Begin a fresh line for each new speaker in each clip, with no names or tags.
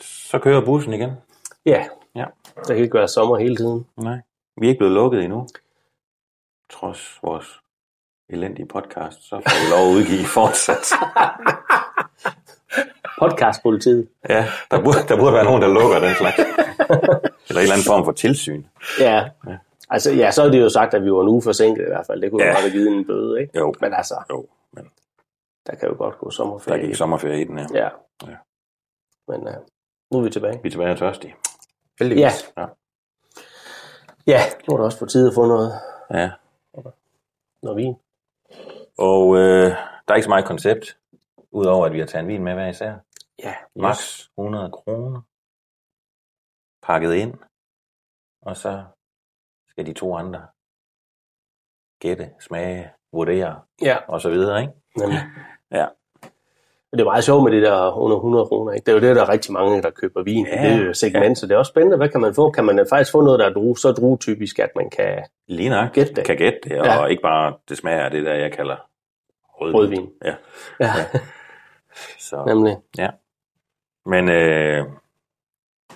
Så kører bussen igen.
Ja,
Ja.
der kan ikke være sommer hele tiden.
Nej. Vi er ikke blevet lukket endnu. Trods vores elendige podcast, så får vi lov at udgive fortsat.
Podcastpolitiet.
Ja, der burde, der burde være nogen, der lukker den slags. Eller en eller anden form for tilsyn.
Ja. Altså, ja, så er det jo sagt, at vi var en uge forsinket i hvert fald. Det kunne
Ja.
ja. jo godt have givet en bøde, ikke?
Jo.
Men altså,
Jo, men
der kan jo godt gå
der
sommerferie.
gik sommerferie i den her.
Ja.
Ja.
ja. Men uh, nu er vi tilbage.
Vi er tilbage og tørstige.
Ja.
Ja.
Ja, nu er det også på tide at få noget,
ja.
noget vin.
Og øh, der er ikke så meget koncept, udover at vi har taget en vin med hver især.
Ja,
Max 100 kroner. Pakket ind. Og så skal de to andre gætte, smage, vurdere
Ja,
og så videre, ikke?
nemlig.
Ja.
Men det er meget sjovt med det der under 100 kroner. Ikke? Det er jo det, der er rigtig mange, der køber vin
Ja,
ja, i det øh, segment, så det er også spændende. Hvad kan man få? Kan man øh, faktisk få noget, der er drue, så druetypisk, at man kan...
Lige nok.
Gæt det.
Kan gætte det, og
Ja.
ikke bare det smager af det der, jeg kalder rødvin.
Rødvin.
Ja,
Ja,
så.
nemlig.
Men øh,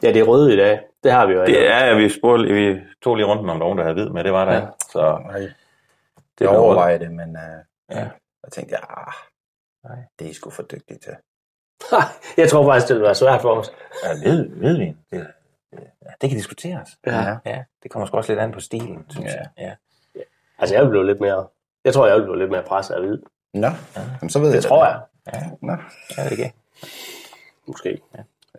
Ja, det er røde i dag. Det har vi jo
det
allerede.
er, vi, spurgte, vi tog lige rundt om nogen, der havde hvid med, det var der.
Ja.
Ja. Så
Nej,
det
jeg
blev rød.
overvejede det, men uh,
Ja.
jeg tænkte, ah,
Nej.
det er I sgu for dygtige til.
Jeg tror faktisk, det vil være svært for os.
Ja, hvid, hvidvin, det, ja, det kan diskuteres.
Ja.
ja. Det kommer sgu også lidt an på stilen, synes ja. jeg. Ja.
Altså, jeg vil blive lidt mere... Jeg tror, jeg vil blive lidt mere presset af hvid.
Nå, jamen, så ved jeg
Det tror jeg.
Ja, nå.
Er det ikke?
Måske.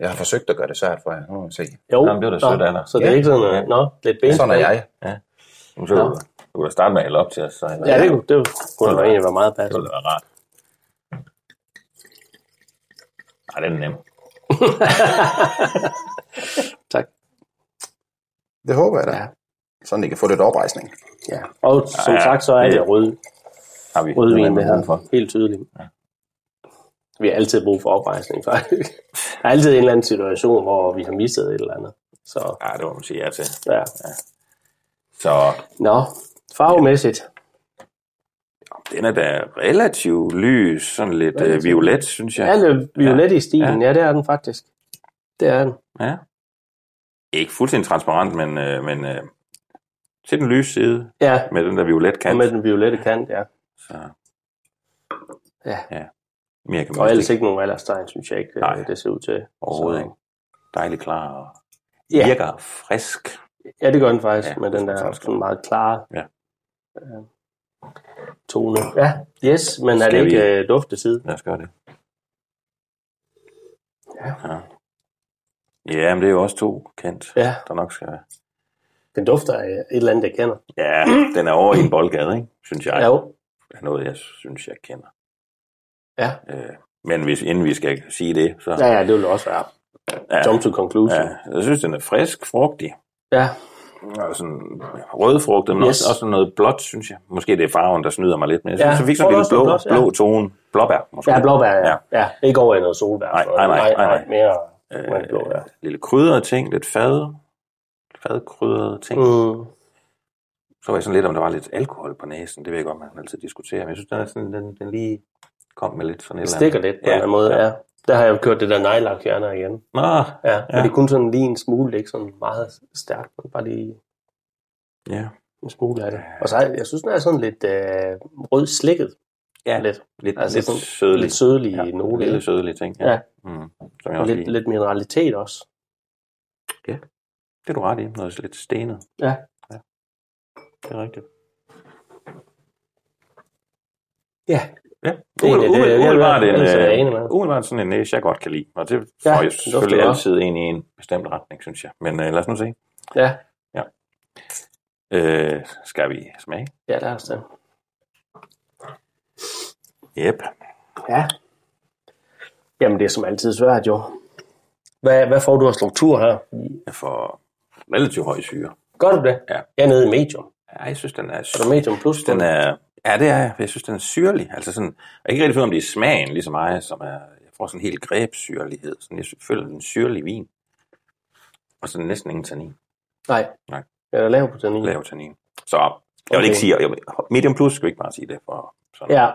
Jeg har forsøgt at gøre det svært for jer. Nu må vi se.
Jo,
Nå, men det var da sødt af dig.
så det er
Ja.
ikke sådan, øh, nå, lidt ben.
Sådan er jeg.
Jamen, Så kunne du- du kunne da starte med at hælde op til os. Så, eller,
Ja, det kunne, det kunne da egentlig være meget
det
passende.
ville være rart. Nej, det er nemt.
Tak.
Det håber jeg da. Sådan, I kan få lidt oprejsning.
Ja. Og som
Ja,
sagt, så er
det-
det rød,
Har vi
rødvin,
med
det
her. For.
her. Helt tydeligt. Vi har altid brug for oprejsning, faktisk. Der er altid en eller anden situation, hvor vi har mistet et eller andet. Så
Ja, det må man sige ja til.
ja.
Så
Nå, farvemæssigt.
den er da relativt lys, sådan lidt øh, violet, synes jeg.
Ja. Alle violet i stilen, ja. ja, det er den faktisk. Det er den.
Ja. Ikke fuldstændig transparent, men, øh, men øh, til den lyse side
Ja,
med den der violet
og
kant.
med den violette kant, ja.
Så,
ja.
mere kan man
Og
vist
ellers ikke nogen alderstegn, synes jeg ikke, øh,
Nej.
det ser ud til.
Overhovedet
Så-
ikke. Dejligt klar og
Ja.
virker frisk.
Ja, det gør den faktisk,
Ja,
ja, med
det
den
er
der
faktisk
sådan meget klare
Ja.
øh, tone. Ja, yes, men er det
Skal vi-
ikke øh, dufteside?
Lad os gøre det. Ja. Ja, ja men det er jo også to kendt,
Ja.
der nok skal...
Den dufter af et eller andet, jeg kender.
Ja, den er over i en boldgade, ikke? synes jeg.
Ja, jo.
Er noget, jeg synes, jeg kender.
Ja.
Øh, men hvis, inden vi skal sige det, så...
ja, ja, det vil også være
ja,
jump to conclusion.
ja, jeg synes, den er frisk, frugtig.
Ja,
Og sådan rødfrugtet, men yes.
Yes.
også, også noget blåt, synes jeg. Måske det er farven, der snyder mig lidt, men jeg
Ja,
synes, jeg fik
tror
sådan en
du
lille blå,
også, det er blåt,
blå
ja.
tone. Blåbær, måske.
ja, ja blåbær, ja.
Ja.
ja. ja. Ikke over i noget solbær.
Nej,
for-
nej, nej, nej, nej.
mere øh,
Øh,
blå, ja.
lille krydder ting, lidt fad, fadkrydder ting. Mm.
Mm.
Så var jeg sådan lidt, om der var lidt alkohol på næsen. Det ved jeg godt, man kan altid diskutere. Men jeg synes, den, er sådan, den, den lige kom med lidt sådan et
Det stikker
eller
lidt
andet.
på ja, en eller anden måde, ja. Der har jeg jo kørt det der nejlakfjerner igen.
Nå,
Ja, ja. Men det er kun sådan lige en smule, det er ikke sådan meget stærkt, men bare lige
ja.
en smule af det. Og så er, jeg synes, den er sådan lidt øh, rød slikket.
Ja,
lidt.
Lidt,
Altså
altså, lidt
sådan
sødlig.
Lidt sødlig ja,
nogle
nogle.
lille
Lidt,
sødlige ting.
Ja.
Mm. Som jeg
og
også
lidt,
lidt,
lidt mineralitet også.
Det er du ret i. Noget lidt stenet.
Ja.
Det er rigtigt.
Ja.
Ja,
er egentlig det, jeg-
umiddelbart
jeg-
en,
jeg- jeg- jeg-
øh,
jeg- jeg-
umiddelbart sådan en næse, jeg godt kan lide. Og det får
Ja,
ja,
det
jeg
dufter
selvfølgelig
godt.
altid en i en bestemt retning, synes jeg. Men øh, lad os nu se.
Ja,
Øh, skal vi smage?
ja der er det.
Yep.
Ja. Jamen, det er som altid svært, jo. Hvad, hvad får du af struktur her?
Jeg får relativt høj syre.
Gør du det?
Ja.
Jeg er nede i medium.
Ja, jeg synes, den er...
Er du medium plus?
Den er, ja, det er jeg. Jeg synes, den er syrlig. Altså sådan, jeg er ikke rigtig ved, om det er smagen, ligesom mig, som er, jeg får sådan en helt grebsyrlighed. Sådan, jeg sy- føler den syrlig vin. Og sådan næsten ingen tannin.
Nej.
Nej.
Jeg er lav på den
Lav tannin. Så jeg vil
Okay.
ikke sige, jeg, medium plus skal vi ikke bare sige det, for sådan,
Ja,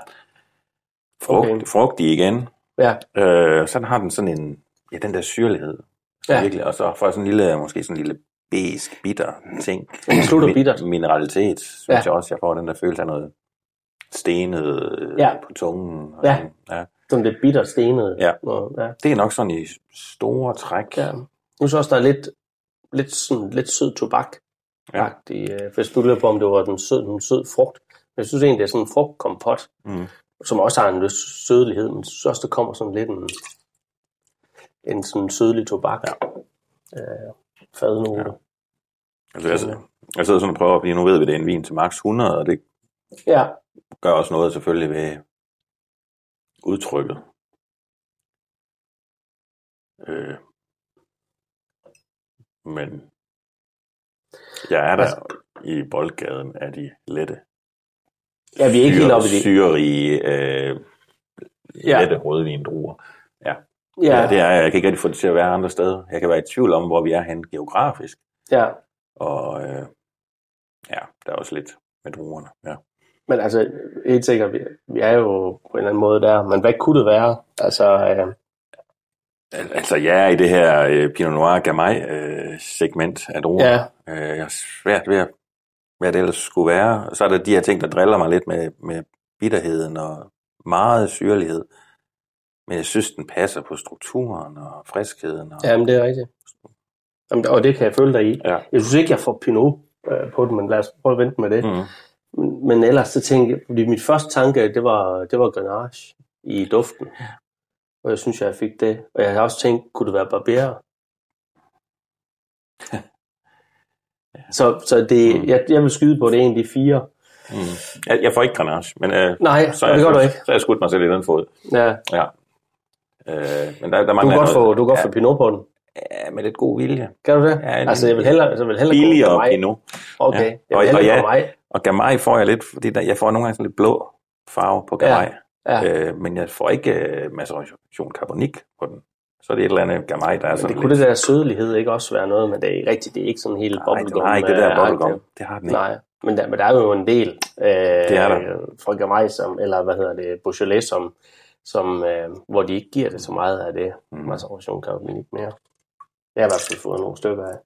frugt,
okay.
frugtig igen.
ja.
Øh, sådan har den sådan en, ja, den der syrlighed. Så
Ja.
ja. virkelig, og så får jeg sådan en lille, måske sådan en lille besk, bitter ting.
Slutter
Mi-
bittert.
Mineralitet, synes
Ja.
ja. jeg også. Jeg får den der følelse af noget stenet øh,
Ja.
på tungen. Og
Ja.
sådan. ja.
Sådan lidt bitter stenet.
Ja.
Og, ja.
Det er nok sådan i store træk.
ja. Nu så også, der er lidt, lidt, sådan, lidt sød tobak.
Ja.
Øh, hvis du løber på, om det var den sød, en sød frugt. Men jeg synes egentlig, det er sådan en frugtkompot,
Mm.
som også har en lidt sødlighed, men jeg synes også, der kommer sådan lidt en, en sådan sødlig tobak. Ja. Øh, fadnote. Ja.
Altså, jeg, jeg sidder sådan og prøver, fordi nu ved vi, det er en vin til max 100, og det
ja.
gør også noget selvfølgelig ved udtrykket. Øh. Men jeg er der
Altså-
i boldgaden af de lette,
ja, vi er ikke helt
syre-
oppe i det.
syrerige, øh,
Ja.
ja. lette rødvindruer. Ja.
Ja,
ja, det er jeg. Jeg kan ikke rigtig få det til at være andre steder. Jeg kan være i tvivl om, hvor vi er henne geografisk.
ja.
Og øh, ja, der er også lidt med druerne. Ja.
Men altså, helt sikkert, vi, vi er jo på en eller anden måde der. Men hvad kunne det være? Altså, øh,
Al- Altså, jeg er i det her øh, Pinot Noir Gamay-segment af druer.
Ja.
Øh, jeg har svært ved, at- hvad det ellers skulle være. Og Så er der de her ting, der driller mig lidt med, med bitterheden og meget syrlighed. Men jeg synes, den passer på strukturen og friskheden. Og...
jamen det er rigtigt. Jamen, og det kan jeg følge dig i.
Ja.
Jeg synes ikke, jeg får Pinot øh, på det, men lad os prøve at vente med det.
Mm.
Men, men ellers så tænkte jeg, fordi mit første tanke, det var, det var Grenache i duften. Og jeg synes, jeg fik det. Og jeg har også tænkt, kunne det være Barbera? så, så det,
Mm.
jeg, jeg vil skyde på, at det er en af de fire.
Jeg, jeg får ikke Grenache, men øh,
Nej,
så,
det
er jeg
gør du
skudt-
ikke.
så er jeg skudt mig selv i den fod.
Ja,
Ja. Øh, men der, der
du
mangler
kan godt,
noget.
få, du kan godt
ja,
få Pinot på den.
Ja, med lidt god vilje.
Kan du det?
Ja, en-
altså, jeg vil hellere, altså, jeg vil hellere
Billigere
mig.
Pinot.
Okay,
Ja.
jeg
Og-
vil
og
hellere
ja.
ja. mig.
Og Gamay får jeg lidt, fordi der, jeg får nogle gange sådan lidt blå farve på Gamay.
Ja, ja.
Øh, men jeg får ikke øh, maceration karbonik på den. Så er det et eller andet Gamay, der er
Men
sådan
det kunne
lidt...
det der sødlighed ikke også være noget, men det er ikke rigtigt, det er ikke sådan helt
Nej,
bubblegum.
den har ikke det der
øh,
bubblegum.
agtigt.
Det har den ikke.
Nej, men der, men der er jo en del øh,
Det er der.
fra Gamay, som, eller hvad hedder det, Beaujolais, som, som, øh, hvor de ikke giver det så meget af det. Mm.
Mhm.
Maceration kan jo ikke mere. Jeg har i hvert fald fået nogle stykker af.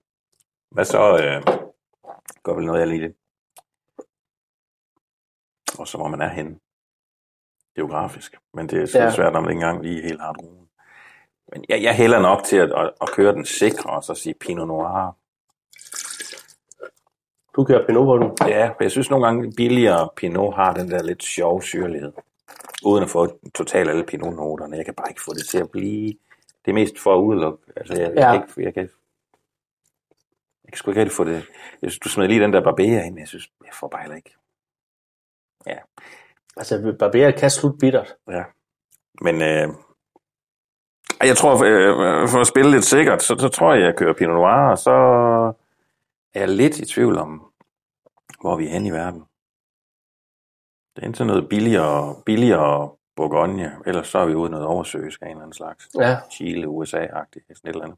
Hvad så? Øh, går vel noget, jeg lige lidt. Og så hvor man er henne. Geografisk. Men det er så
Ja.
ja. svært, når man ikke engang lige helt har druen. Men jeg, jeg hælder nok til at, at, at, køre den sikre, og så sige Pinot Noir.
Du kører Pinot på den.
Ja, for jeg synes nogle gange billigere Pinot har den der lidt sjove syrlighed. Uden at få totalt alle Pinot-noterne. Jeg kan bare ikke få det til at blive... Det er mest for at udelukke. Altså, jeg, ja. jeg,
Ja.
kan ikke, jeg, kan, jeg kan sgu ikke rigtig få det... Jeg synes, du smed lige den der barberer ind, men jeg synes, jeg får bare heller ikke. Ja,
Altså, Barbera kan slutte bittert.
ja. Men øh, ej, jeg tror, øh, for at spille lidt sikkert, så, så tror jeg, jeg kører Pinot Noir, og så er jeg lidt i tvivl om, hvor vi er henne i verden. Det er enten noget billigere, billigere Bourgogne, ellers så er vi ude i noget oversøisk af en eller anden slags.
Ja,
Chile, USA-agtigt, sådan et eller andet.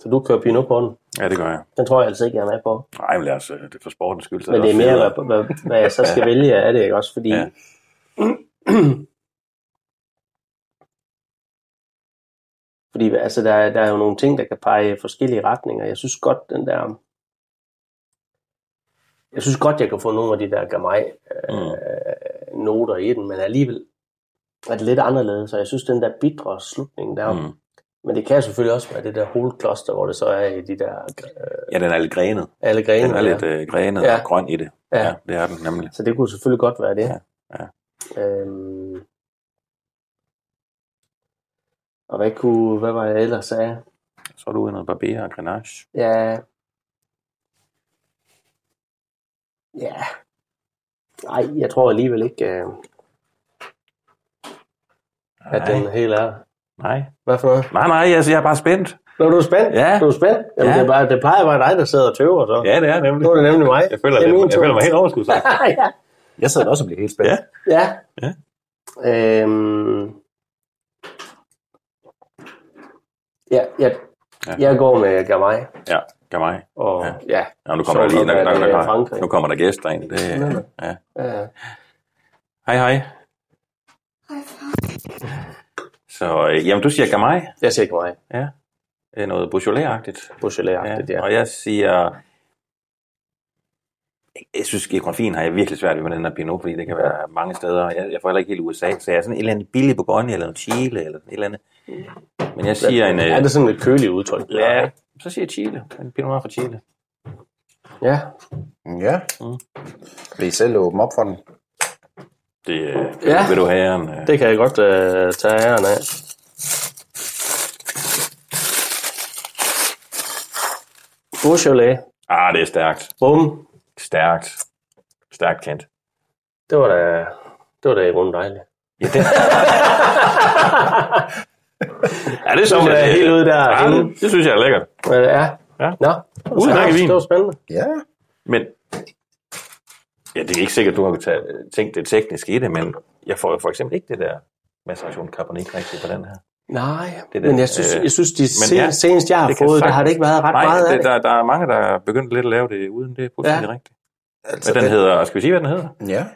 så du kører Pinot på den.
Ja, det gør jeg.
Den tror jeg altså ikke, jeg er med på.
Nej, men lad os, øh, det er for sportens skyld. så
Men det er
også
mere,
federe.
hvad, hvad, hvad jeg så skal vælge af det, ikke også? Fordi, ja.
Ja.
Fordi altså, der, er- der er jo nogle ting, der kan pege i forskellige retninger. Jeg synes godt, den der... Jeg synes godt, jeg kan få nogle af de der
Mm.
Gamay-noter i den, men alligevel er det lidt anderledes, og jeg synes, den der bitre slutning der... Mm.
Mm.
Men det kan selvfølgelig også være det der holkloster, hvor det så er i de der øh,
Ja, den er lidt grenet.
alle
Den
grene.
er
der.
lidt øh, grenet
Ja.
ja. og grøn i det.
Ja.
Ja. ja, det er den nemlig.
Så det kunne selvfølgelig godt være det.
Ja, ja.
Øhm, og hvad, kunne, hvad var jeg ellers af?
Så er du ude i noget barber og grenache.
Ja. Ja. Nej, jeg tror alligevel ikke, øh, at
Nej,
den helt er.
nej.
Hvad for noget?
Nej, nej, altså, jeg er bare spændt.
Nå, du er spændt?
Ja.
Du er spændt? Jamen,
Ja.
det, er bare, det plejer at være dig, der sidder og tøver så.
Ja, det er nemlig.
Nu er det nemlig mig.
Jeg føler,
Det er
lidt,
min
jeg
tur.
føler mig helt overskudt.
ja.
Jeg sidder også og bliver helt spændt.
Ja.
Ja.
Ja.
Øhm, ja, jeg,
Ja.
ja, jeg går med Gamay.
Ja, gør mig.
Og, ja.
Ja.
ja.
Ja, nu kommer der
Sjovt
lige,
nok,
nu,
at
nu,
det er
nu,
Frankrig.
nu, nu kommer der gæster ind. Det, ja.
ja.
Hej, hej. Så, øh, jamen, du siger gamay.
Jeg siger Gamay.
Ja. Det er noget Beaujolais-agtigt.
Beaujolais-agtigt, ja.
Og jeg siger... Jeg synes, geografien har jeg virkelig svært ved med den her Pinot, fordi det kan være mange steder. Jeg, jeg får heller ikke helt USA, så jeg er sådan et eller andet billig Bourgogne, eller noget Chile, eller et eller andet. Men jeg siger en...
Mm. Er
Øh,
det sådan et køligt udtryk?
ja, så siger jeg Chile. En Pinot Noir fra Chile.
Ja.
Mm, Ja. Vil I selv åbne op for den?
Det øh,
Ja.
vil du have en... Øh,
Det kan jeg godt øh, tage æren af. Beaujolais.
Ah, det er stærkt.
Bum.
Stærkt. Stærkt kendt.
Det var da, det var da i grunden dejligt.
Ja, det, ja, det
Så
synes
må
jeg.
jeg helt ud der.
Ja, det, det synes jeg er lækkert.
Men ja.
Ja.
Nå,
Uden
det,
mærkevin.
det var spændende.
Ja.
Men ja, det er ikke sikkert, du har tage- tænkt det teknisk i det, men jeg får jo for eksempel ikke det der maceration Cabernet rigtigt på den her.
Nej,
Det
det
der,
men jeg synes,
øh,
jeg synes de
men
sen,
ja,
ja, seneste, jeg har
det
det
kan
fået, der har
sagtens-
det ikke været ret
Nej,
meget af
det,
det.
der, der er mange, der er begyndt lidt at lave det uden det. Det er ja.
Ja.
rigtigt. Men den hedder, skal vi sige, hvad den hedder?
Altså,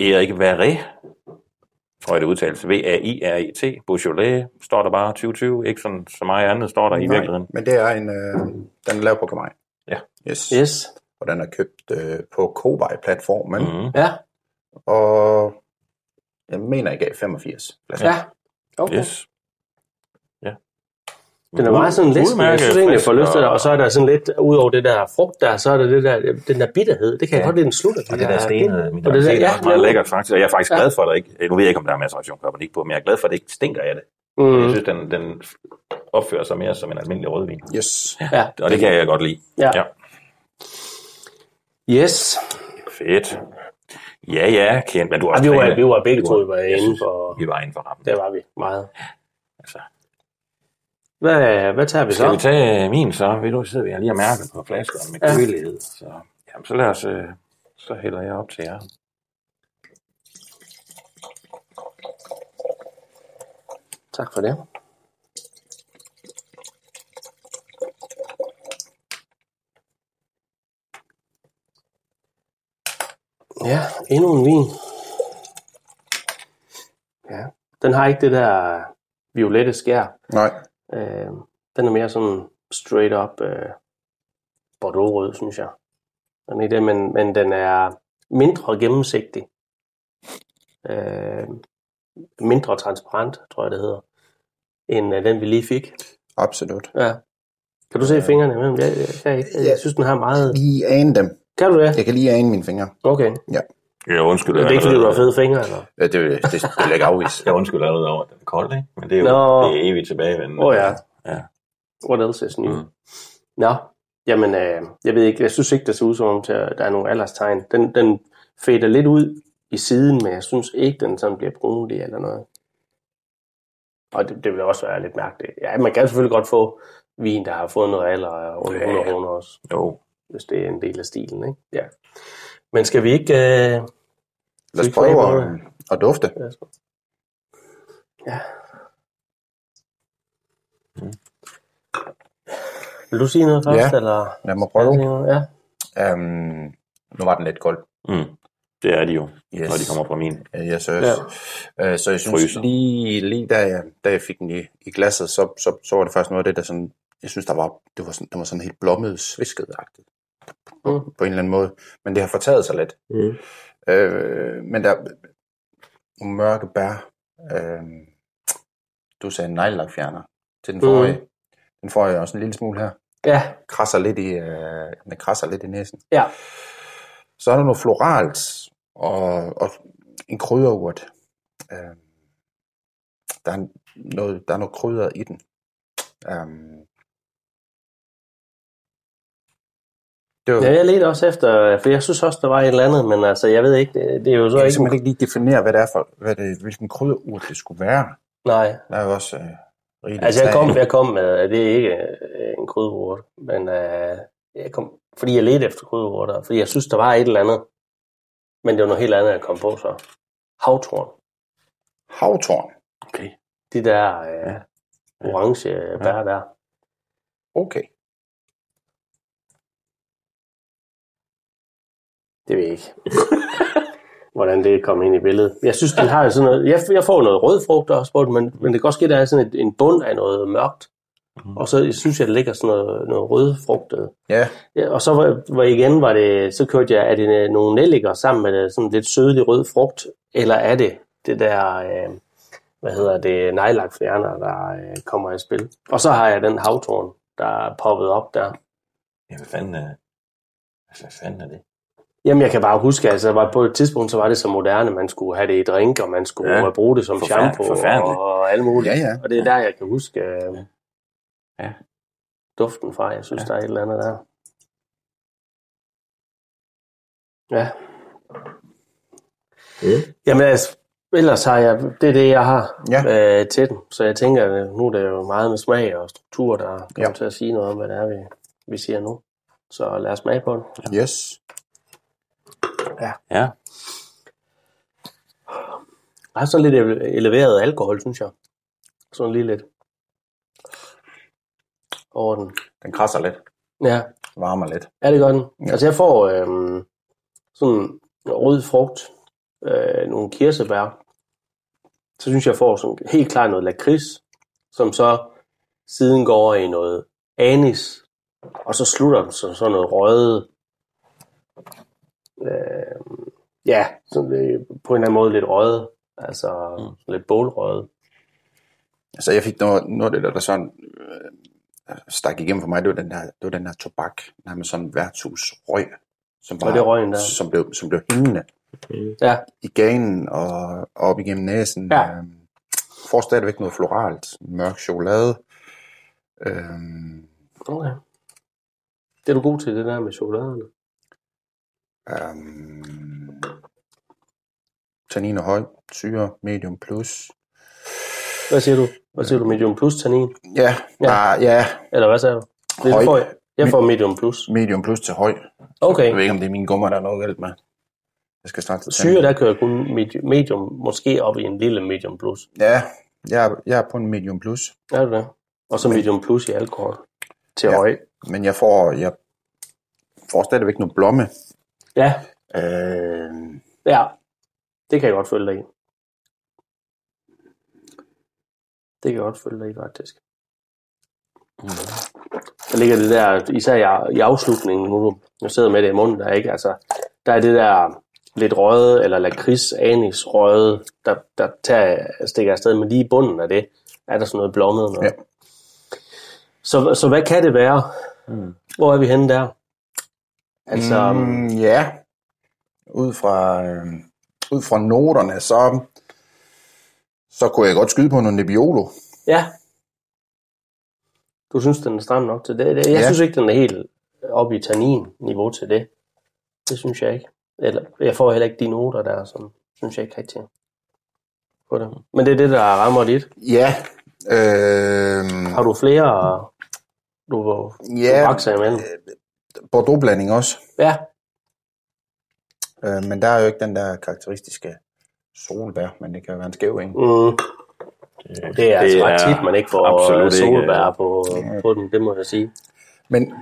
Ja.
Erik Varé, tror jeg det udtales, V-A-I-R-E-T, E Beaujolais, står der bare 2020, ikke sådan så meget andet står der i
Nej,
virkeligheden.
men det er en, øh, den er lavet på Gamay.
Ja.
Yes.
Yes,
Og den er købt øh, på Kobay-platformen. Mm.
Mm.
ja,
Og jeg mener, jeg gav 85. Lad os
ja. Okay. Yes.
Yes. Ja.
Den er meget sådan lidt, jeg synes egentlig, jeg får lyst til det, og så er der sådan lidt, ud over det der frugt der, så er der det der, den der bitterhed, det kan jeg
Ja.
godt lide, den slutter.
Og det der stenede min
og det der, ja,
er også meget
ja.
lækkert faktisk, og jeg er faktisk
Ja.
glad for, at der ikke, nu ved jeg ikke, om der er maceration karbonik på, men jeg er glad for, at det ikke stinker af det.
Mm,
Jeg synes, den, den opfører sig mere som en almindelig rødvin.
Yes.
ja.
Og det kan jeg godt lide.
Ja.
ja.
Yes.
Fedt. Ja, ja, Kent, men du har
Ja,
også
vi, var,
trænet.
vi var begge
Du
to
har-
vi var
jeg
inde
synes,
for,
Vi var inde for rammen.
der var vi meget.
Altså.
Hvad, hvad tager vi så?
Skal vi tage øh, min så? Ved du, så sidder vi her lige og mærker på flaskerne med
Ja.
kølighed. Så, jamen, så lad os, øh, så hælder jeg op til jer.
Tak for det. Ja, endnu en vin. Ja, den har ikke det der violette skær.
Nej.
Øh, den er mere sådan straight up øh, bordeaux-rød, synes jeg. Den er det, men, men den er mindre gennemsigtig. Øh, mindre transparent, tror jeg det hedder, end øh, den vi lige fik.
Absolut.
Ja. Kan du se fingrene imellem? Jeg, jeg, kan ikke. jeg synes, den har meget...
Lige ane dem.
Kan du det?
Jeg kan lige ane mine fingre.
Okay.
Jeg undskylder.
Det er ikke, fordi du har fede fingre, eller?
Ja, det, det, det vil jeg ikke afvise.
Jeg undskylder allerede over, at den er kold, ikke? Men det er jo
Nå.
det er evigt tilbagevendende.
Åh oh, ja.
ja.
What else is new?
Mm.
Mm. Nå, jamen, øh, jeg ved ikke, jeg synes ikke, det ser ud som om, der der er nogle alderstegn. Den, den fader lidt ud i siden, men jeg synes ikke, den sådan bliver brunlig eller noget. Og det, det vil også være lidt mærkeligt. Ja, man kan selvfølgelig godt få vin, der har fået noget alder og under
Ja.
100 kroner også,
Jo.
hvis det er en del af stilen, ikke? Ja. Men skal vi ikke... Øh...
Lad
Skal
os
vi
prøve
smage
at,
på
at dufte.
Ja.
Mm.
Vil du sige noget først,
Ja.
eller?
Lad mig prøve.
Ja.
Um, nu var den lidt kold.
Mm. Det er de jo, yes.
Yes.
når de kommer fra min.
Øh, Jeg synes.
Ja.
Ja. Øh, så jeg synes
Fryser.
lige, lige da, jeg, da jeg fik den i, i glasset, så, så, så var det faktisk noget af det, der sådan, jeg synes, der var, det var sådan, det var sådan helt blommet svisket-agtigt. På, på en eller anden måde. Men det har fortaget sig lidt.
Mm.
Øh, men der mørke bær. Øh, du sagde neglelakfjerner til den
Mhm.
forrige. Mm. Den forrige er også en lille smule her.
Ja,
Krasser lidt i, øh, den krasser lidt i næsen.
ja.
Så er der noget floralt og, og en krydderurt. Øh, der, er en- noget, der er noget krydder i den. Øh, det var,
ja jeg ledte også efter, for jeg synes også, der var et eller andet, men altså, jeg ved ikke, det, det er jo så
jeg kan
ikke...
simpelthen ikke lige definere, hvad det er for, hvad det, hvilken krydderurt det skulle være.
Nej,
Der er jo også øh, rigeligt.
Altså, jeg
slag.
kom, jeg kom med, at det er ikke øh, en krydderurt, men øh, jeg kom, fordi jeg ledte efter krydderurter, fordi jeg synes, der var et eller andet. Men det var noget helt andet, jeg kom på så. Havtorn.
Havtorn.
Okay. De der øh, orange øh, bær der.
Okay.
Det ved jeg ikke. Hvordan det kom ind i billedet. Jeg synes, den har jo sådan noget... Jeg, jeg får noget rød frugt også på den, men, men det kan også ske, at der er sådan et, en bund af noget mørkt. Og så synes jeg, der ligger sådan noget, noget rødfrugtet.
Ja,
Ja, og så var, var igen, var det, så kørte jeg, er det øh, nogle nelliker sammen med øh, sådan lidt sødlig rød frugt, eller er det det der, øh, hvad hedder det, nejlakfjerner, der øh, kommer i spil. Og så har jeg den havtorn, der er poppet op der.
Ja, hvad fanden er, hvad fanden er det?
Jamen, jeg kan bare huske, altså var på et tidspunkt, så var det så moderne, man skulle have det i drink, og man skulle
Ja.
ja. bruge det som
Forfærd-
shampoo
forfærdeligt.
og, og alt muligt.
ja, ja.
Og det er der, jeg kan huske øh,
Ja.
duften fra. Jeg synes, ja. der er et eller andet der. Ja. Mm. Jamen altså, ellers har jeg, det er det, jeg har ja. øh, til den. Så jeg tænker, øh, nu er det jo meget med smag og struktur, der kommer ja.
Ja.
til at sige noget om, hvad det er, vi, vi siger nu. Så lad os smage på den.
Yes.
Ja,
Jeg har sådan lidt ele- eleveret alkohol, synes jeg. Sådan lige lidt. Over den.
Den krasser lidt.
Ja,
Varmer lidt.
Ja, det gør den. Ja. Altså, jeg får øh, sådan rød frugt, øh, nogle kirsebær. Så synes jeg, jeg får sådan helt klart noget lakrids, som så siden går over i noget anis, og så slutter den som sådan noget røget, øh, ja, sådan, øh, på en eller anden måde lidt røget, altså mm. lidt bålrøget.
Altså, jeg fik noget, noget af det, der, der sådan øh, stak igennem for mig, det var den her, det var den her tobak, den her med sådan en værtshusrøg, som,
Og det er røgen der.
som, blev, som blev hængende
Ja,
i ganen og op igennem næsen.
Ja.
Øh, får stadigvæk noget floralt, mørk chokolade. Øhm,
okay. Det er du god til, det der med chokoladerne.
øhm, tannin er høj, syre, medium plus.
Hvad siger du? Hvad siger du? Medium plus tannin?
Ja,
Ja.
ja. ja
Eller hvad sagde du? Det
Høj.
får jeg. jeg får medium plus.
medium plus til høj.
Okay.
Jeg ved ikke, om det er mine gummer, der er noget galt med. Jeg skal snart til
Syre,
tandlæge.
der kører kun medium, medium, måske op i en lille medium plus.
Ja, jeg er, jeg er på en medium plus,
Er det det? Og så medium plus i alkohol. Til
Ja.
ja. høj.
men jeg får, jeg får stadigvæk nogle blomme.
Ja,
Øh,
ja. Det kan jeg godt følge dig i. Det kan jeg godt følge dig i, faktisk. Mm. Der ligger det der, især i, i afslutningen, nu du jeg sidder med det i munden, der ikke, altså, der er det der lidt røget, eller lakrids, anis, røget, der, der tager, stikker afsted, men lige i bunden af det, er der sådan noget blommet noget. Ja.
Ja.
Så, så hvad kan det være? Mm. Hvor er vi henne der? Altså, mm.
mm, ja, ud fra, øh, ud fra noterne, så, så kunne jeg godt skyde på nogle Nebbiolo.
ja. Du synes, den er stram nok til det? det jeg ja.
Ja.
synes ikke, den er helt oppe i tannin-niveau til det. Det synes jeg ikke. Eller, jeg får heller ikke de noter der, som synes jeg ikke rigtig på det. Men det er det, der rammer dit.
Ja, øh,
Har du flere, du, du
Ja.
bakser imellem?
Bordeaux-blanding også,
Ja,
øh, men der er jo ikke den der karakteristiske solbær, men det kan jo være en skæv en.
Mm. Det er altså
det
ret
er
tit, man ikke får
absolut
absolut
ikke,
solbær
ja.
ikke. På, på den, det må jeg sige.
Men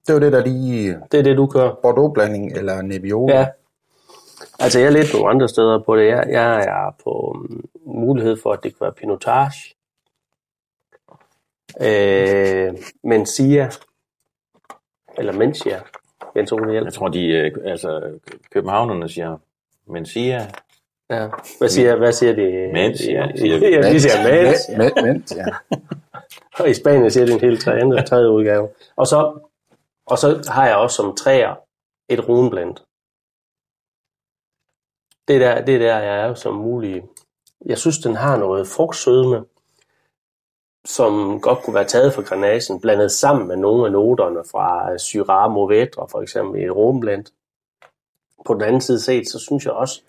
det er jo det, der lige
Det er det, du kører.
Bordeaux-blanding eller Nebbiolo.
Ja. Altså, jeg er lidt nogle andre steder på det. Jeg, jeg er på mm, mulighed for, at det kan være pinotage. Øh, Mencia. Eller Mencia. Jens Ole Hjelm.
Jeg tror, de, øh, altså, københavnerne siger Mencia.
Ja. Hvad siger, hvad siger de?
Mens,
de-
ja, de siger-
ja, de siger mens.
Vent, vent, ja.
Og i Spanien siger de en helt tredje, anden og tredje udgave. Og så, og så har jeg også som træer et runblend. Det er der, det er der, jeg er som mulig. Jeg synes, den har noget frugtsødme, som godt kunne være taget fra granaten, blandet sammen med nogle af noterne fra Syrah Mourvedre, for eksempel i et rumblend. På den anden side set, så synes jeg også,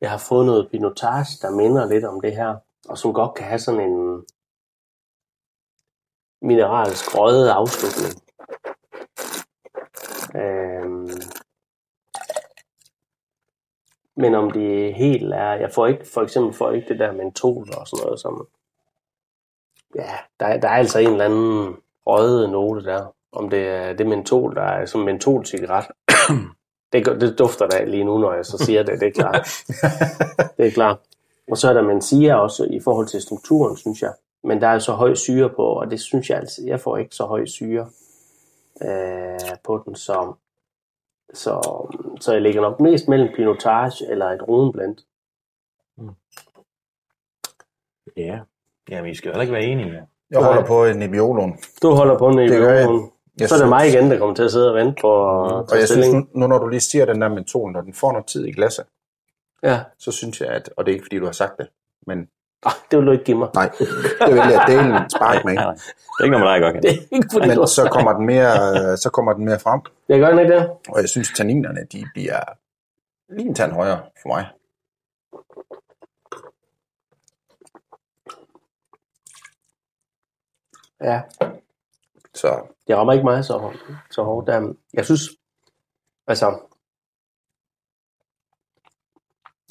jeg har fået noget pinotage, der minder lidt om det her, og som godt kan have sådan en, mineralsk røget afslutning. Øhm. Men om det helt er... Jeg får ikke, for eksempel får jeg ikke det der mentol og sådan noget som... Ja, der, er- der er altså en eller anden røget note der. Om det er det mentol, der er som mentolcigaret. Det, gør- det dufter da lige nu, når jeg så siger det, det er klart. Det er klart. Og så er der Mencia også i forhold til strukturen, synes jeg. Men der er så høj syre på, og det synes jeg altså, jeg får ikke så høj syre øh, på den, så, så, så jeg ligger nok mest mellem Pinotage eller et rodenblend.
Ja. Ja, vi skal heller ikke være enige. Ja.
Jeg holder på en Nebbiolon.
Du holder på den i
Det gør jeg.
roden.
Jeg
Så er det
synes-
mig igen, der kommer til at sidde og vente på at
Og
tage
jeg synes,
stilling.
nu- nu når du lige siger den der mentol, når den får noget tid i glasset,
Ja.
så synes jeg, at, og det er ikke fordi, du har sagt det, men
Ah, det vil du ikke give mig.
nej, det vil jeg dele en spark med, ikke?
Det er ikke noget, man leger godt kan.
Det er ikke fordi, du
Men så kommer den mere, øh, så kommer den mere frem.
Jeg gør den ikke det.
Og jeg synes, tanninerne, de bliver lige en tand højere for mig.
Ja.
Så
Det rammer ikke mig så, så hårdt. Der. Jeg synes, altså,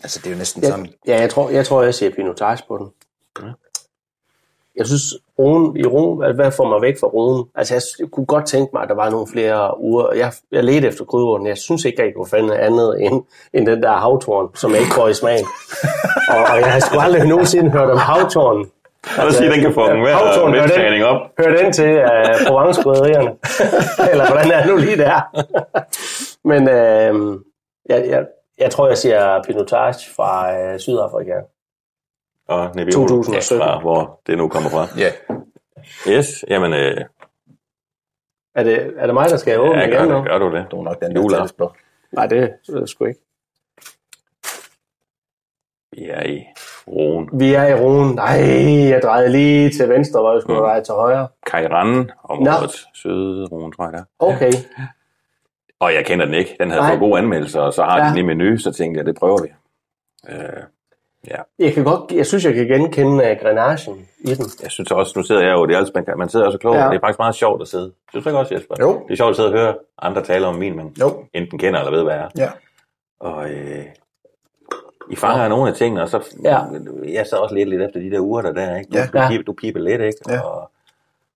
altså, det er jo næsten
Ja,
sådan.
ja jeg, tror, jeg tror, jeg siger Pinotage på den. Jeg synes, roen, i roen, altså, hvad får mig væk fra roen? Altså, jeg, s- jeg kunne godt tænke mig, at der var nogle flere uger. Jeg, jeg ledte efter krydderurten. Jeg synes ikke, jeg kunne finde andet end, end den der havtorn, som jeg ikke får i smagen. og, og jeg har sgu aldrig nogensinde hørt om havtorn.
Jeg vil sige, den kan få en hver
Havtorn, hør
vægttræning op.
den, hør den til uh, provence Eller hvordan er det nu lige der? Men øh, jeg, jeg, jeg tror, jeg siger Pinotage fra øh, Sydafrika.
Og Nebbi
2017.
Fra, hvor det nu kommer fra.
Ja,
Yes, jamen, øh,
Er det, er det mig, der skal åbne
ja,
igen
gør,
nu?
det, gør du det.
det var nok den,
Jula.
der tættes på.
Nej, det er sgu ikke.
Vi er i roen.
Vi er i roen. Nej, jeg drejede lige til venstre, hvor jeg
Mm.
skulle dreje til højre.
Kajranen,
Nå.
området Sydroen, tror jeg det er.
Okay.
Og jeg kender den ikke. Den havde
Nej.
fået gode anmeldelser, og så har
Ja.
ja. den i menu, så tænkte jeg, det prøver vi. Øh,
Jeg, kan godt, jeg synes, jeg kan genkende uh, grenagen i den.
jeg synes også, nu sidder jeg jo, det er altså, man, kan- man sidder jo så klog,
Ja.
ja. det er faktisk meget sjovt at sidde. Synes du ikke også, Jesper?
Jo.
Det er sjovt at sidde og høre andre tale om min, man
Jo.
enten kender eller ved, hvad er.
Ja.
Og øh, I fanger ja. nogle af tingene, og så øh,
Ja.
ja. jeg sad også lidt, lidt efter de der urter der, ikke? Du,
Ja.
du,
Ja.
piper, du piper lidt, ikke?
Ja.
Og,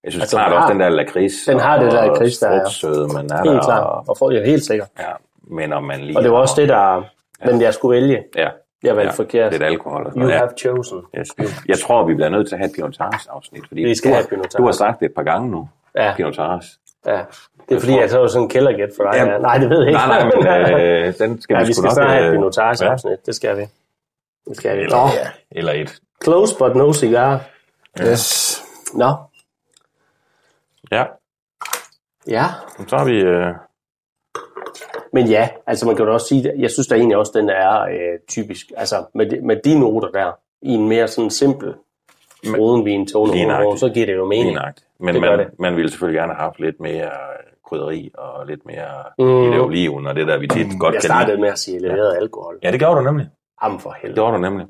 jeg synes altså,
Altså, den
klart
har-
også, den der lakrids.
den har det der lakrids, der er.
Frugtsøde, man er
Helt
der.
klart.
Og,
Og for, jeg er helt sikker.
ja, men om man lige...
Og det var også det, der... Men jeg skulle vælge.
Ja.
Jeg valgte forkert.
Lidt alkohol og sådan
You
noget. Ja.
have chosen.
Yes. Jeg tror, vi bliver nødt til at have et pinotage-afsnit, fordi
Vi skal
du,
have et Pinotage.
har, du har sagt det et par gange nu,
Ja.
pinotage.
Ja. Det er fordi, jeg tager sådan en kældergæt for dig.
Ja.
Ja. Nej, det ved jeg ikke.
Nej, nej, men øh, den skal
ja,
vi,
vi
sgu
skal
nok...
snart have et
øh,
pinotage-afsnit. Det skal vi. Det skal vi.
Eller,
Nå,
ja. eller et.
close but no cigar.
Yes.
Nå,
Ja,
ja.
så har vi... Øh,
Men ja, altså man kan jo også sige, jeg synes da egentlig også, den er øh, typisk, altså med, de- med de noter der, i en mere sådan simpel rodenvin til
Lige nøjagtigt.
så giver det jo mening.
Lignagt. Men
Mm. Det gør
man,
det.
man ville selvfølgelig gerne have haft lidt mere øh, krydderi og lidt mere mm. i det oliven og det der, vi tit godt
Mm. Jeg
kan
startede
lide.
med at sige leveret ja. alkohol.
Ja, det gjorde du nemlig.
Jamen for
Det
helvede.
gjorde du nemlig.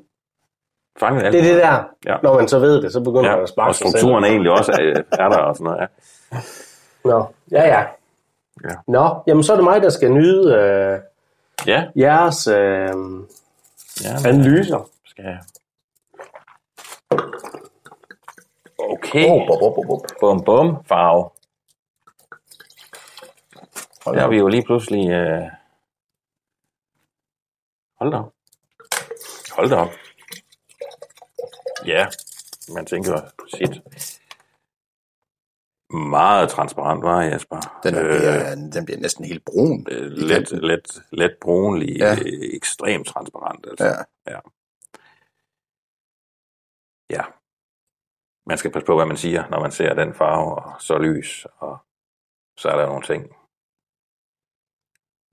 Fanget alt.
Det er det der, ja.
Ja.
når man så ved det, så begynder man
Ja,
at sparke
og
sig selv.
strukturen er egentlig også er, er der og sådan noget. Ja.
Nå, ja ja.
Ja.
Nå, jamen så er det mig, der skal nyde øh,
ja.
jeres øh,
ja
analyser.
Skal jeg. Okay.
Oh, bup, bup, bup, bup.
Bum, bum, farve.
Hold
Der er
op.
vi jo lige pludselig... Øh, Hold da op. Hold da op. Ja, man tænker shit. Meget transparent var Jasper.
Den, øh, bliver, den bliver næsten helt brun.
øh,
i
let,
kanten.
let, let brunlig,
Ja.
ja. øh, ekstremt transparent. Altså.
Ja.
ja. Ja. Man skal passe på, hvad man siger, når man ser den farve, og så lys, og så er der nogle ting.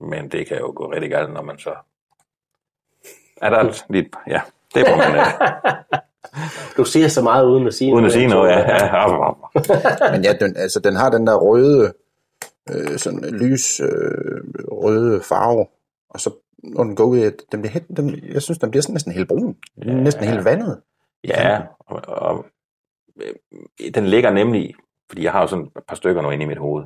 Men det kan jo gå rigtig galt, når man så... Er der et lidt... Ja, det er på man af.
Du siger så meget uden at sige
Uden at
noget.
sige noget, ja. ja. Op, op, op.
Men ja, den, altså, den har den der røde, øh, sådan lys øh, røde farve, og så når den går ud, i et- den bliver helt, den, jeg synes, den bliver sådan næsten helt brun. Ja. Næsten helt vandet.
Ja, og, og øh, den ligger nemlig, fordi jeg har jo sådan et par stykker nu inde i mit hoved,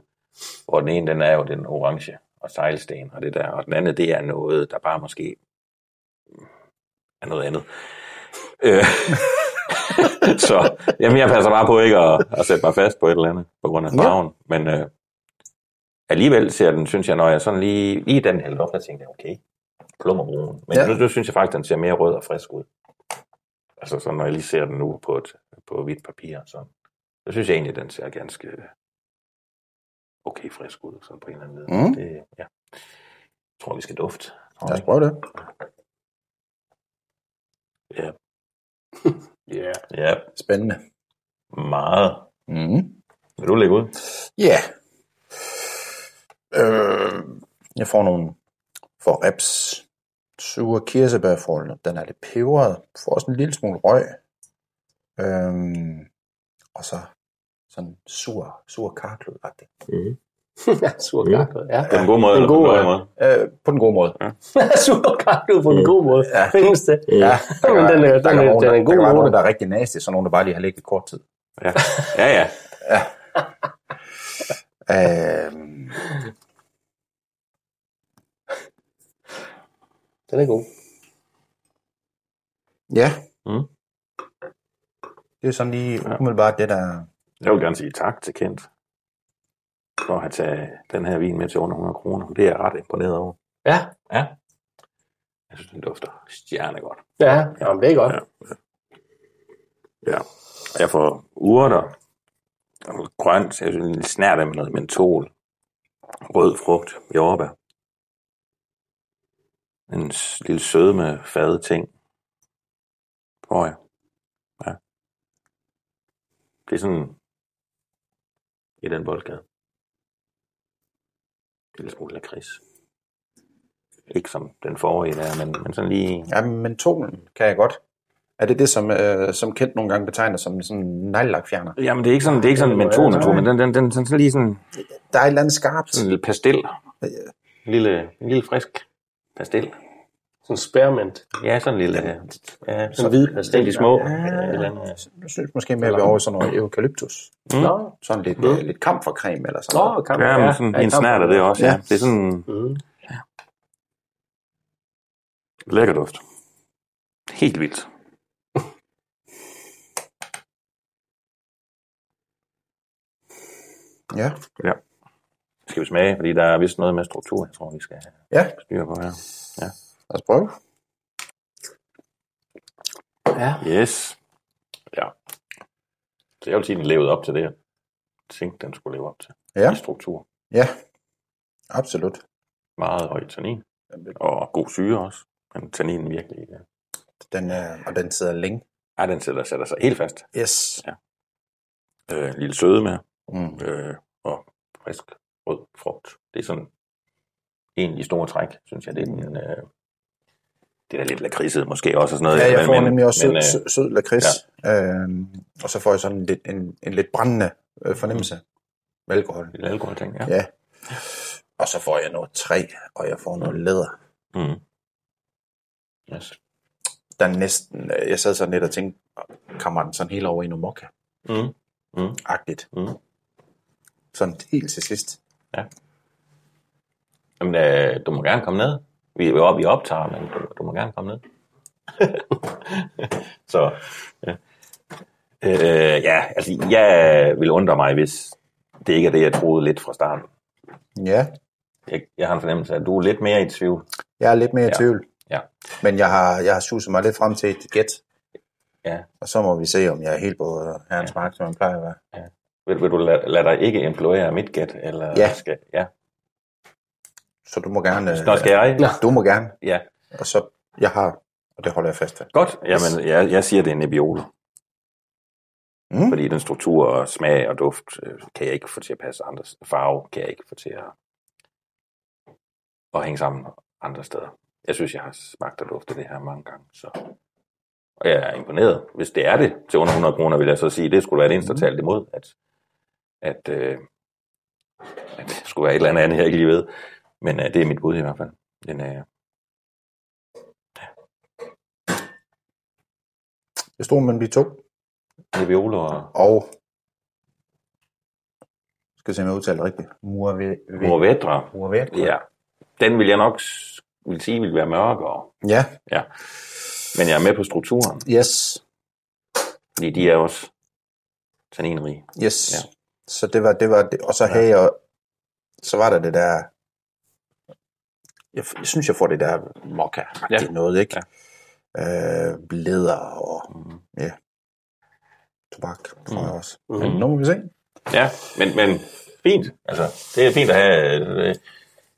hvor den ene, den er jo den orange og sejlsten og det der, og den anden, det er noget, der bare måske er noget andet. Øh, så jamen, jeg passer bare på ikke at, at sætte mig fast på et eller andet, på grund af
Ja.
farven, ja. men øh, alligevel ser den, synes jeg, når jeg sådan lige, lige da den hældt op, jeg tænkte, okay, plummerbrun, men
Ja.
ja. nu, nu synes jeg faktisk, den ser mere rød og frisk ud. Altså så når jeg lige ser den nu på, et, på hvidt papir, så, så synes jeg egentlig, at den ser ganske okay frisk ud, sådan på en eller anden måde.
Mm.
Det, ja. Jeg tror, vi skal dufte. Tror
Lad
jeg
os
ikke?
prøve det.
Ja,
Ja.
ja,
Spændende.
meget.
Mm.
Vil du lægge ud?
Ja. Øh, jeg får nogle for reps sure kirsebærfrø. Den er lidt peberet. Får også en lille smule røg. Øhm, og så sådan sur, sur karklød
Mm.
Sur kaktus, ja.
På en god måde.
På en
eller på
god
en dårlig
måde.
måde.
øh, på den gode måde. Ja.
Sur kaktus på
Mm.
en god måde.
Ja.
Findes det?
Ja, der
Men
kan,
den er-
der,
den
kan
er-
nogen,
den er en
der,
god
der kan
note.
nogen, der er rigtig nasty, så nogen, der bare lige har ligget i kort tid.
Ja, ja. ja.
Øhm,
Den er god.
ja.
Mm.
Det er sådan lige umiddelbart det, der...
Jeg vil gerne sige tak til Kent for at have taget den her vin med til under 100 kroner. Det er jeg ret imponeret over.
Ja.
Ja. Jeg synes, den dufter stjernegodt.
Ja, jamen, det er godt.
Ja. Ja. Og jeg får urter, og grønt, jeg synes, en lille snært af med noget mentol, rød frugt, jordbær. En s- lille sødme fade ting. Får jeg. Ja. Det er sådan i den boldgade. En lille smule lakrids. Ikke som den forrige der, men, men sådan lige...
Ja, mentolen kan jeg godt. Er det det, som, øh, som Kent nogle gange betegner som sådan en neglelakfjerner?
Jamen, det er ikke sådan, det er ikke sådan mentol, mentol, men den, den, den, den sådan lige sådan,
Der er et eller andet skarpt.
sådan en lille pastel. En lille, en lille frisk pastel.
Sådan spearmint.
Ja, sådan en lille... Ja,
Sådan hvid pastel.
de små.
Ja, ja, ja.
øh, Et eller andet.
Jeg synes måske mere, at vi er over i sådan noget eukalyptus.
Nå,
Sådan lidt, mm. øh, lidt kamfercreme eller sådan
Nå
noget.
kamp.
Ja, men sådan en
kamp.
snært af det også, ja. Mm.
Ja.
Det er sådan en
Mhm.
lækker duft. Helt vildt.
Ja.
Ja. Skal vi smage, fordi der er vist noget med struktur, jeg tror, vi skal have
ja,
styr på her.
lad os prøve.
Ja.
Yes. Ja. Så jeg vil sige, den levede op til det, jeg tænkte, den skulle leve op til.
Ja.
I struktur.
Ja, absolut.
Meget høj tannin.
Jamen, det-
Og god syre også. Men tanninen virkelig... Ja.
Den, øh, og den sidder længe.
Ej, den sætter, sætter sig helt fast.
Yes.
Øh, en lille søde med,
Mm.
øh, og frisk rød frugt. Det er sådan egentlig i store træk, synes jeg. Det er den, øh, det er da lidt lakridset måske også og sådan noget.
Ja, jeg
Men-
får
men-
nemlig også sød,
men, øh,
sød, sød lakrids. Ja. Øhm, og så får jeg sådan lidt, en, en lidt brændende øh, fornemmelse med alkohol.
Lidt alkohol, ting, ja.
Ja. Og så får jeg noget træ, og jeg får noget læder.
Mm. Yes.
Der er næsten, øh, jeg sad sådan lidt og tænkte, kommer den sådan helt over i noget mokka-agtigt.
Mm. Mm. Mm.
Sådan helt til sidst.
Jamen, øh, du må gerne komme ned. Vi, er oppe, vi optager, men du, du må gerne komme ned. så, ja. Øh, ja, altså, jeg vil undre mig, hvis det ikke er det, jeg troede lidt fra starten.
Ja,
Jeg, jeg har en fornemmelse af, at du er lidt mere i tvivl.
jeg er lidt mere i
Ja.
tvivl.
Ja.
Men jeg har, jeg har suset mig lidt frem til et gæt,
ja.
og så må vi se, om jeg er helt på øh, herrens ja. mark, som man plejer at være.
Vil, vil du lade, lade dig ikke influere af mit gæt? Eller
Ja.
Skal, ja.
Så du må gerne... øh,
Nå, skal jeg?
Nå.
Du må gerne.
Ja.
Og så, jeg har, og det holder jeg fast ved.
Godt. Jamen, jeg, jeg siger, det er nebbiolo.
Mm.
Fordi den struktur og smag og duft øh, kan jeg ikke få til at passe andre farve, kan jeg ikke få til at, at hænge sammen andre steder. Jeg synes, jeg har smagt og duftet det her mange gange, så og jeg er imponeret. Hvis det er det til under 100 kroner, vil jeg så sige, det skulle være det eneste, der talte imod, at, at, øh, at det skulle være et eller andet andet, jeg ikke lige ved. Men øh, det er mit bud i hvert fald. Den, øh,
Jeg stod mellem de to,
Nebbiolo og
og skal se, om jeg udtaler det rigtigt. Murve...
Morvedra.
Murve...
Ja. Den vil jeg nok s- vil sige, vil være mørkere.
Ja,
Ja. Men jeg er med på strukturen,
yes,
fordi de er også tanninrige.
yes.
Ja.
Ja. Så det var det, var det. og så havde jeg, så var der det der, jeg, jeg synes, jeg får det der mokka ja.
Ja.
noget, ikke? Ja. Øh, leder og,
Mhm.
ja, tobak, tror
Mhm.
jeg også. Men nu må vi se.
Ja, men, men fint. Altså, det er fint at have øh,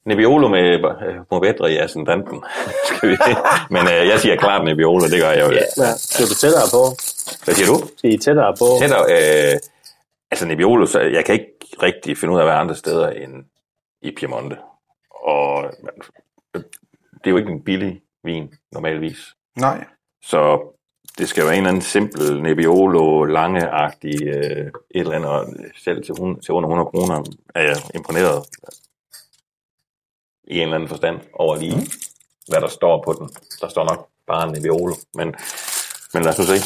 Nebbiolo med øh, Morvedra i ascendanten. Skal vi? men øh, jeg siger klart Nebbiolo, det gør jeg jo.
Ja, ja. Skal du tættere på?
Hvad siger du?
Skal I tættere på?
Tættere, øh, altså Nebbiolo, så jeg kan ikke rigtig finde ud af, hvad andre steder end i Piemonte. Og øh, det er jo ikke en billig vin, normalvis.
Nej.
Så det skal være en eller anden simpel Nebbiolo, langeagtig øh, et eller andet, og selv til, 100, til under 100 kroner er jeg imponeret i en eller anden forstand over lige, mm. hvad der står på den. Der står nok bare Nebbiolo, men, men lad os nu se.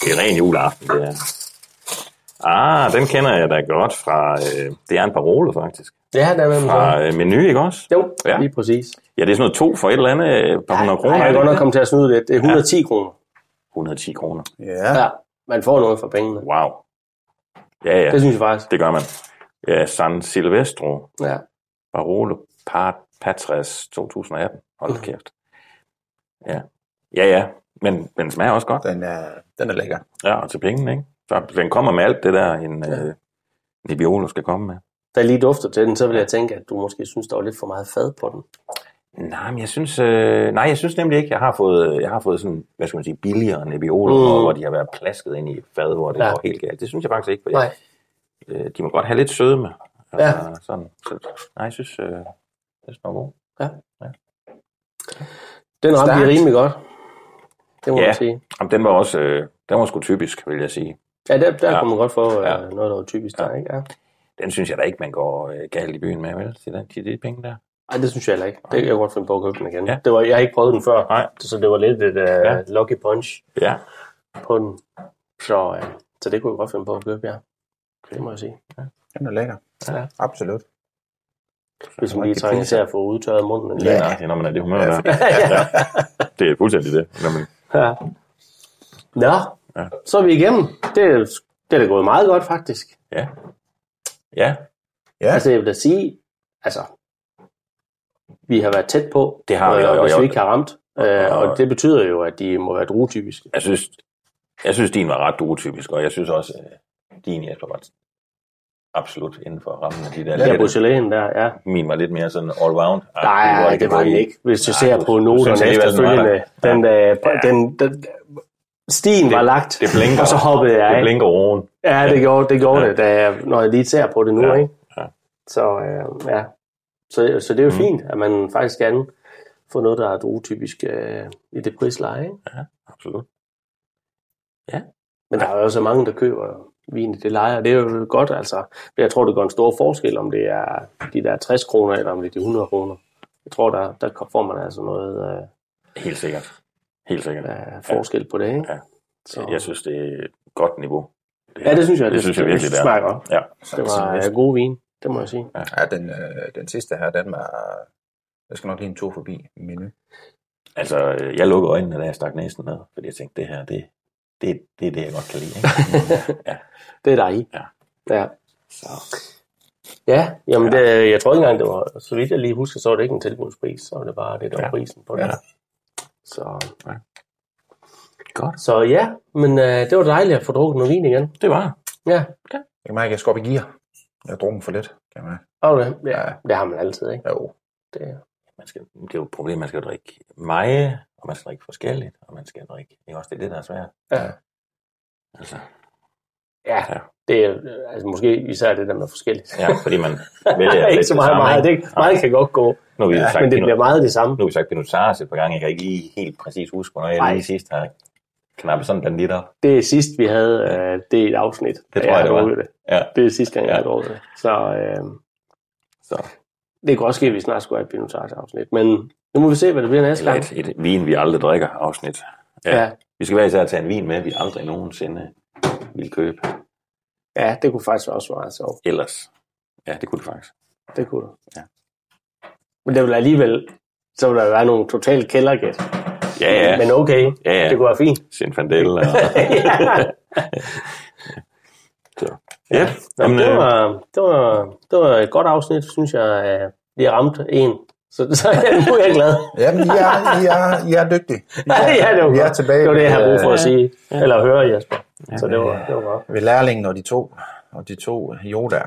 Det er ren juleaften, det er. Ah, den kender jeg da godt fra, øh, det er en parole faktisk,
Ja, der er med mig.
fra øh, menu, ikke også?
Jo,
Ja.
ja. lige præcis.
Ja, det er sådan noget to for et eller andet, øh, par hundrede kroner.
Nej, jeg
er
er
det
godt nok
ikke
kommet til at snyde lidt. Det er 110 ja. kroner.
det? 110 kroner.
Ja.
Ja, man får noget for pengene.
Wow. Ja, ja,
Det synes jeg faktisk.
det gør man. Ja, San Silvestro,
Ja.
Barolo, Par, Patres, 2018. Hold
Mhm.
da kæft. Ja, ja, ja. Men den smager også godt.
Den er, den er lækker.
Ja, og til pengene, ikke? Så den kommer med alt det der, en øh, Nebbiolo skal komme med.
Da jeg lige dufter til den, så vil jeg tænke, at du måske synes, der var lidt for meget fad på den.
Nej, men jeg synes, øh, nej, jeg synes nemlig ikke. Jeg har fået, jeg har fået sådan, hvad skal man sige, billigere Nebbiolo,
Mm.
mm. hvor de har været plasket ind i fad, hvor det
Ja.
ja. går helt galt. Det synes jeg faktisk ikke. for jeg-
Nej.
øh, de må godt have lidt sødme. Og,
Ja.
Sådan. Så, nej, jeg synes, øh, det er sådan god.
Ja. Den ramte
Stærkt.
vi rimelig godt. Det må
Ja,
man sige.
Jamen, den var også, øh, den var sgu typisk, vil jeg sige.
Ja, der, der
Ja.
ja. kunne man godt få
Ja.
ja. noget, der var typisk der, ikke? Ja.
Den synes jeg da ikke, man går øh, galt i byen med, vel? Til, den, til de penge der.
Ej, det synes jeg heller ikke. Det kan jeg godt finde på at købe den igen.
Ja.
Ja. Det var, jeg har ikke prøvet den før,
Nej.
så det var lidt et uh,
Ja.
ja. lucky punch
Ja.
på den. Så, uh, så det kunne jeg godt finde på at købe, ja. Det må jeg sige.
Den er lækker.
Ja.
Absolut.
Hvis man
rigtig
Ligesom lige trænger
fint.
til at få udtørret munden. en
Ja.
lille-
Nej, når man er i det humør ja. der.
ja.
Det er fuldstændig det. Når man,
ja. Nå,
Ja.
ja. så er vi igennem. Det, er- det er da gået meget godt, faktisk.
ja. Ja,
Ja.
Altså, jeg vil da sige, altså, vi har været tæt på,
Det har vi,
øh,
og-
hvis
og-
vi ikke har ramt. Øh, og det betyder jo, at de må være druetypiske.
jeg synes, jeg synes, din var ret duotypisk, og jeg synes også, øh, din Jesper var absolut inden for rammen af de der
Ja,
lette.
Bruxellæen der, ja.
Min var lidt mere sådan all-round.
Nej, det, var den ikke. Hvis du
Nej,
ser
du-
på
du synes
noterne
alligevel, den var
efterfølgende,
der.
den, øh, den, den, stien var lagt,
Det blinker.
og så hoppede jeg
Det
af.
blinker roen.
Ja, det gjorde det, gjorde
Ja.
ja. det da jeg, når jeg lige ser på det nu,
Ja.
ja. ikke?
Ja.
Så, øh, ja. Så, så det er jo mm. fint, at man faktisk kan få noget, der er druetypisk øh, i det prisleje, ikke?
Absolut.
Men der er jo også mange, der køber vin i det leje, og det er jo godt, altså. Men Jeg tror, det gør en stor forskel, om det er de der 60 kroner, eller om det er de 100 kroner. Jeg tror, der, der får man altså noget øh,
Helt sikkert. Helt sikkert.
øh, forskel på det, ikke?
Ja.
Så,
Jeg synes, det er et godt niveau.
ja, det synes jeg.
det, det synes jeg virkelig, det
det
er.
smager godt.
Ja. Altså,
Det var øh, god vin, det må jeg sige.
Ja, den, øh, den sidste her, den var... Jeg skal nok lige en tur forbi menu.
Altså, øh, jeg lukkede øjnene, da jeg stak næsen ned, fordi jeg tænkte, det her, det, det, det er det, jeg godt kan lide. Ikke?
Det er dig.
Ja.
ja.
Så.
Ja, jamen det, jeg tror ikke engang, det var, så vidt jeg lige husker, så var det ikke en tilbudspris, så var det bare det, der var
Ja.
prisen på det.
Ja.
Så,
Godt.
så ja, men øh, det var dejligt at få drukket noget vin igen.
Det var det.
Ja,
Jeg kan mærke, at jeg skal op i gear. Jeg har drukket for lidt, kan jeg mærke.
og det, ja, det har man altid, ikke?
Jo.
Det,
Man skal, det er jo et problem, man skal drikke meget, og man skal drikke forskelligt, og man skal drikke, ikke også det er det, der er svært.
ja.
Altså,
ja,
Ja.
det er øh, altså, måske især det der med forskelligt.
ja, fordi man
Ja,
vælger
ikke så meget, meget, det, meget kan godt gå,
Nu har vi jo sagt,
men det
Pinot-
bliver meget det samme.
nu har vi sagt Pinot Sars et par gange, jeg kan ikke lige helt præcis huske, hvornår jeg
Nej.
lige sidst har knappet sådan den lidt op.
Det er sidst, vi havde øh, det er et afsnit,
Det
da
tror jeg,
har
det var.
drukket det.
Ja,
Det er sidste gang, jeg
Ja.
har drukket det. Så øh,
så.
det kan også ske, at vi snart skulle have et Pinot Noir afsnit. Men nu må vi se, hvad det bliver næste
Eller
gang.
et, et vin, vi aldrig drikker afsnit.
Ja,
Vi skal være især at tage en vin med, vi aldrig nogensinde vil købe.
ja, det kunne faktisk også være sjovt.
Ellers. Ja, det kunne det faktisk.
Det kunne det.
Ja.
Men det vil alligevel, så vil der være nogle totalt kældergæt.
Ja, ja.
Men okay,
Ja, ja.
det kunne være fint.
Sinfandel. Og... så. Ja, ja. Jamen,
Jamen, det,
øh,
var, det, var, det var et godt afsnit, synes jeg. øh, Vi har ramt en. Så, så nu er jeg glad.
Jamen, I er, I er, I er dygtige.
ja, det var,
vi er
godt.
tilbage
det var det, jeg havde brug for
med, øh,
at sige. Eller at høre, Jesper. Så det var, det var godt.
Ved lærlingen og de to, og de to jodaer.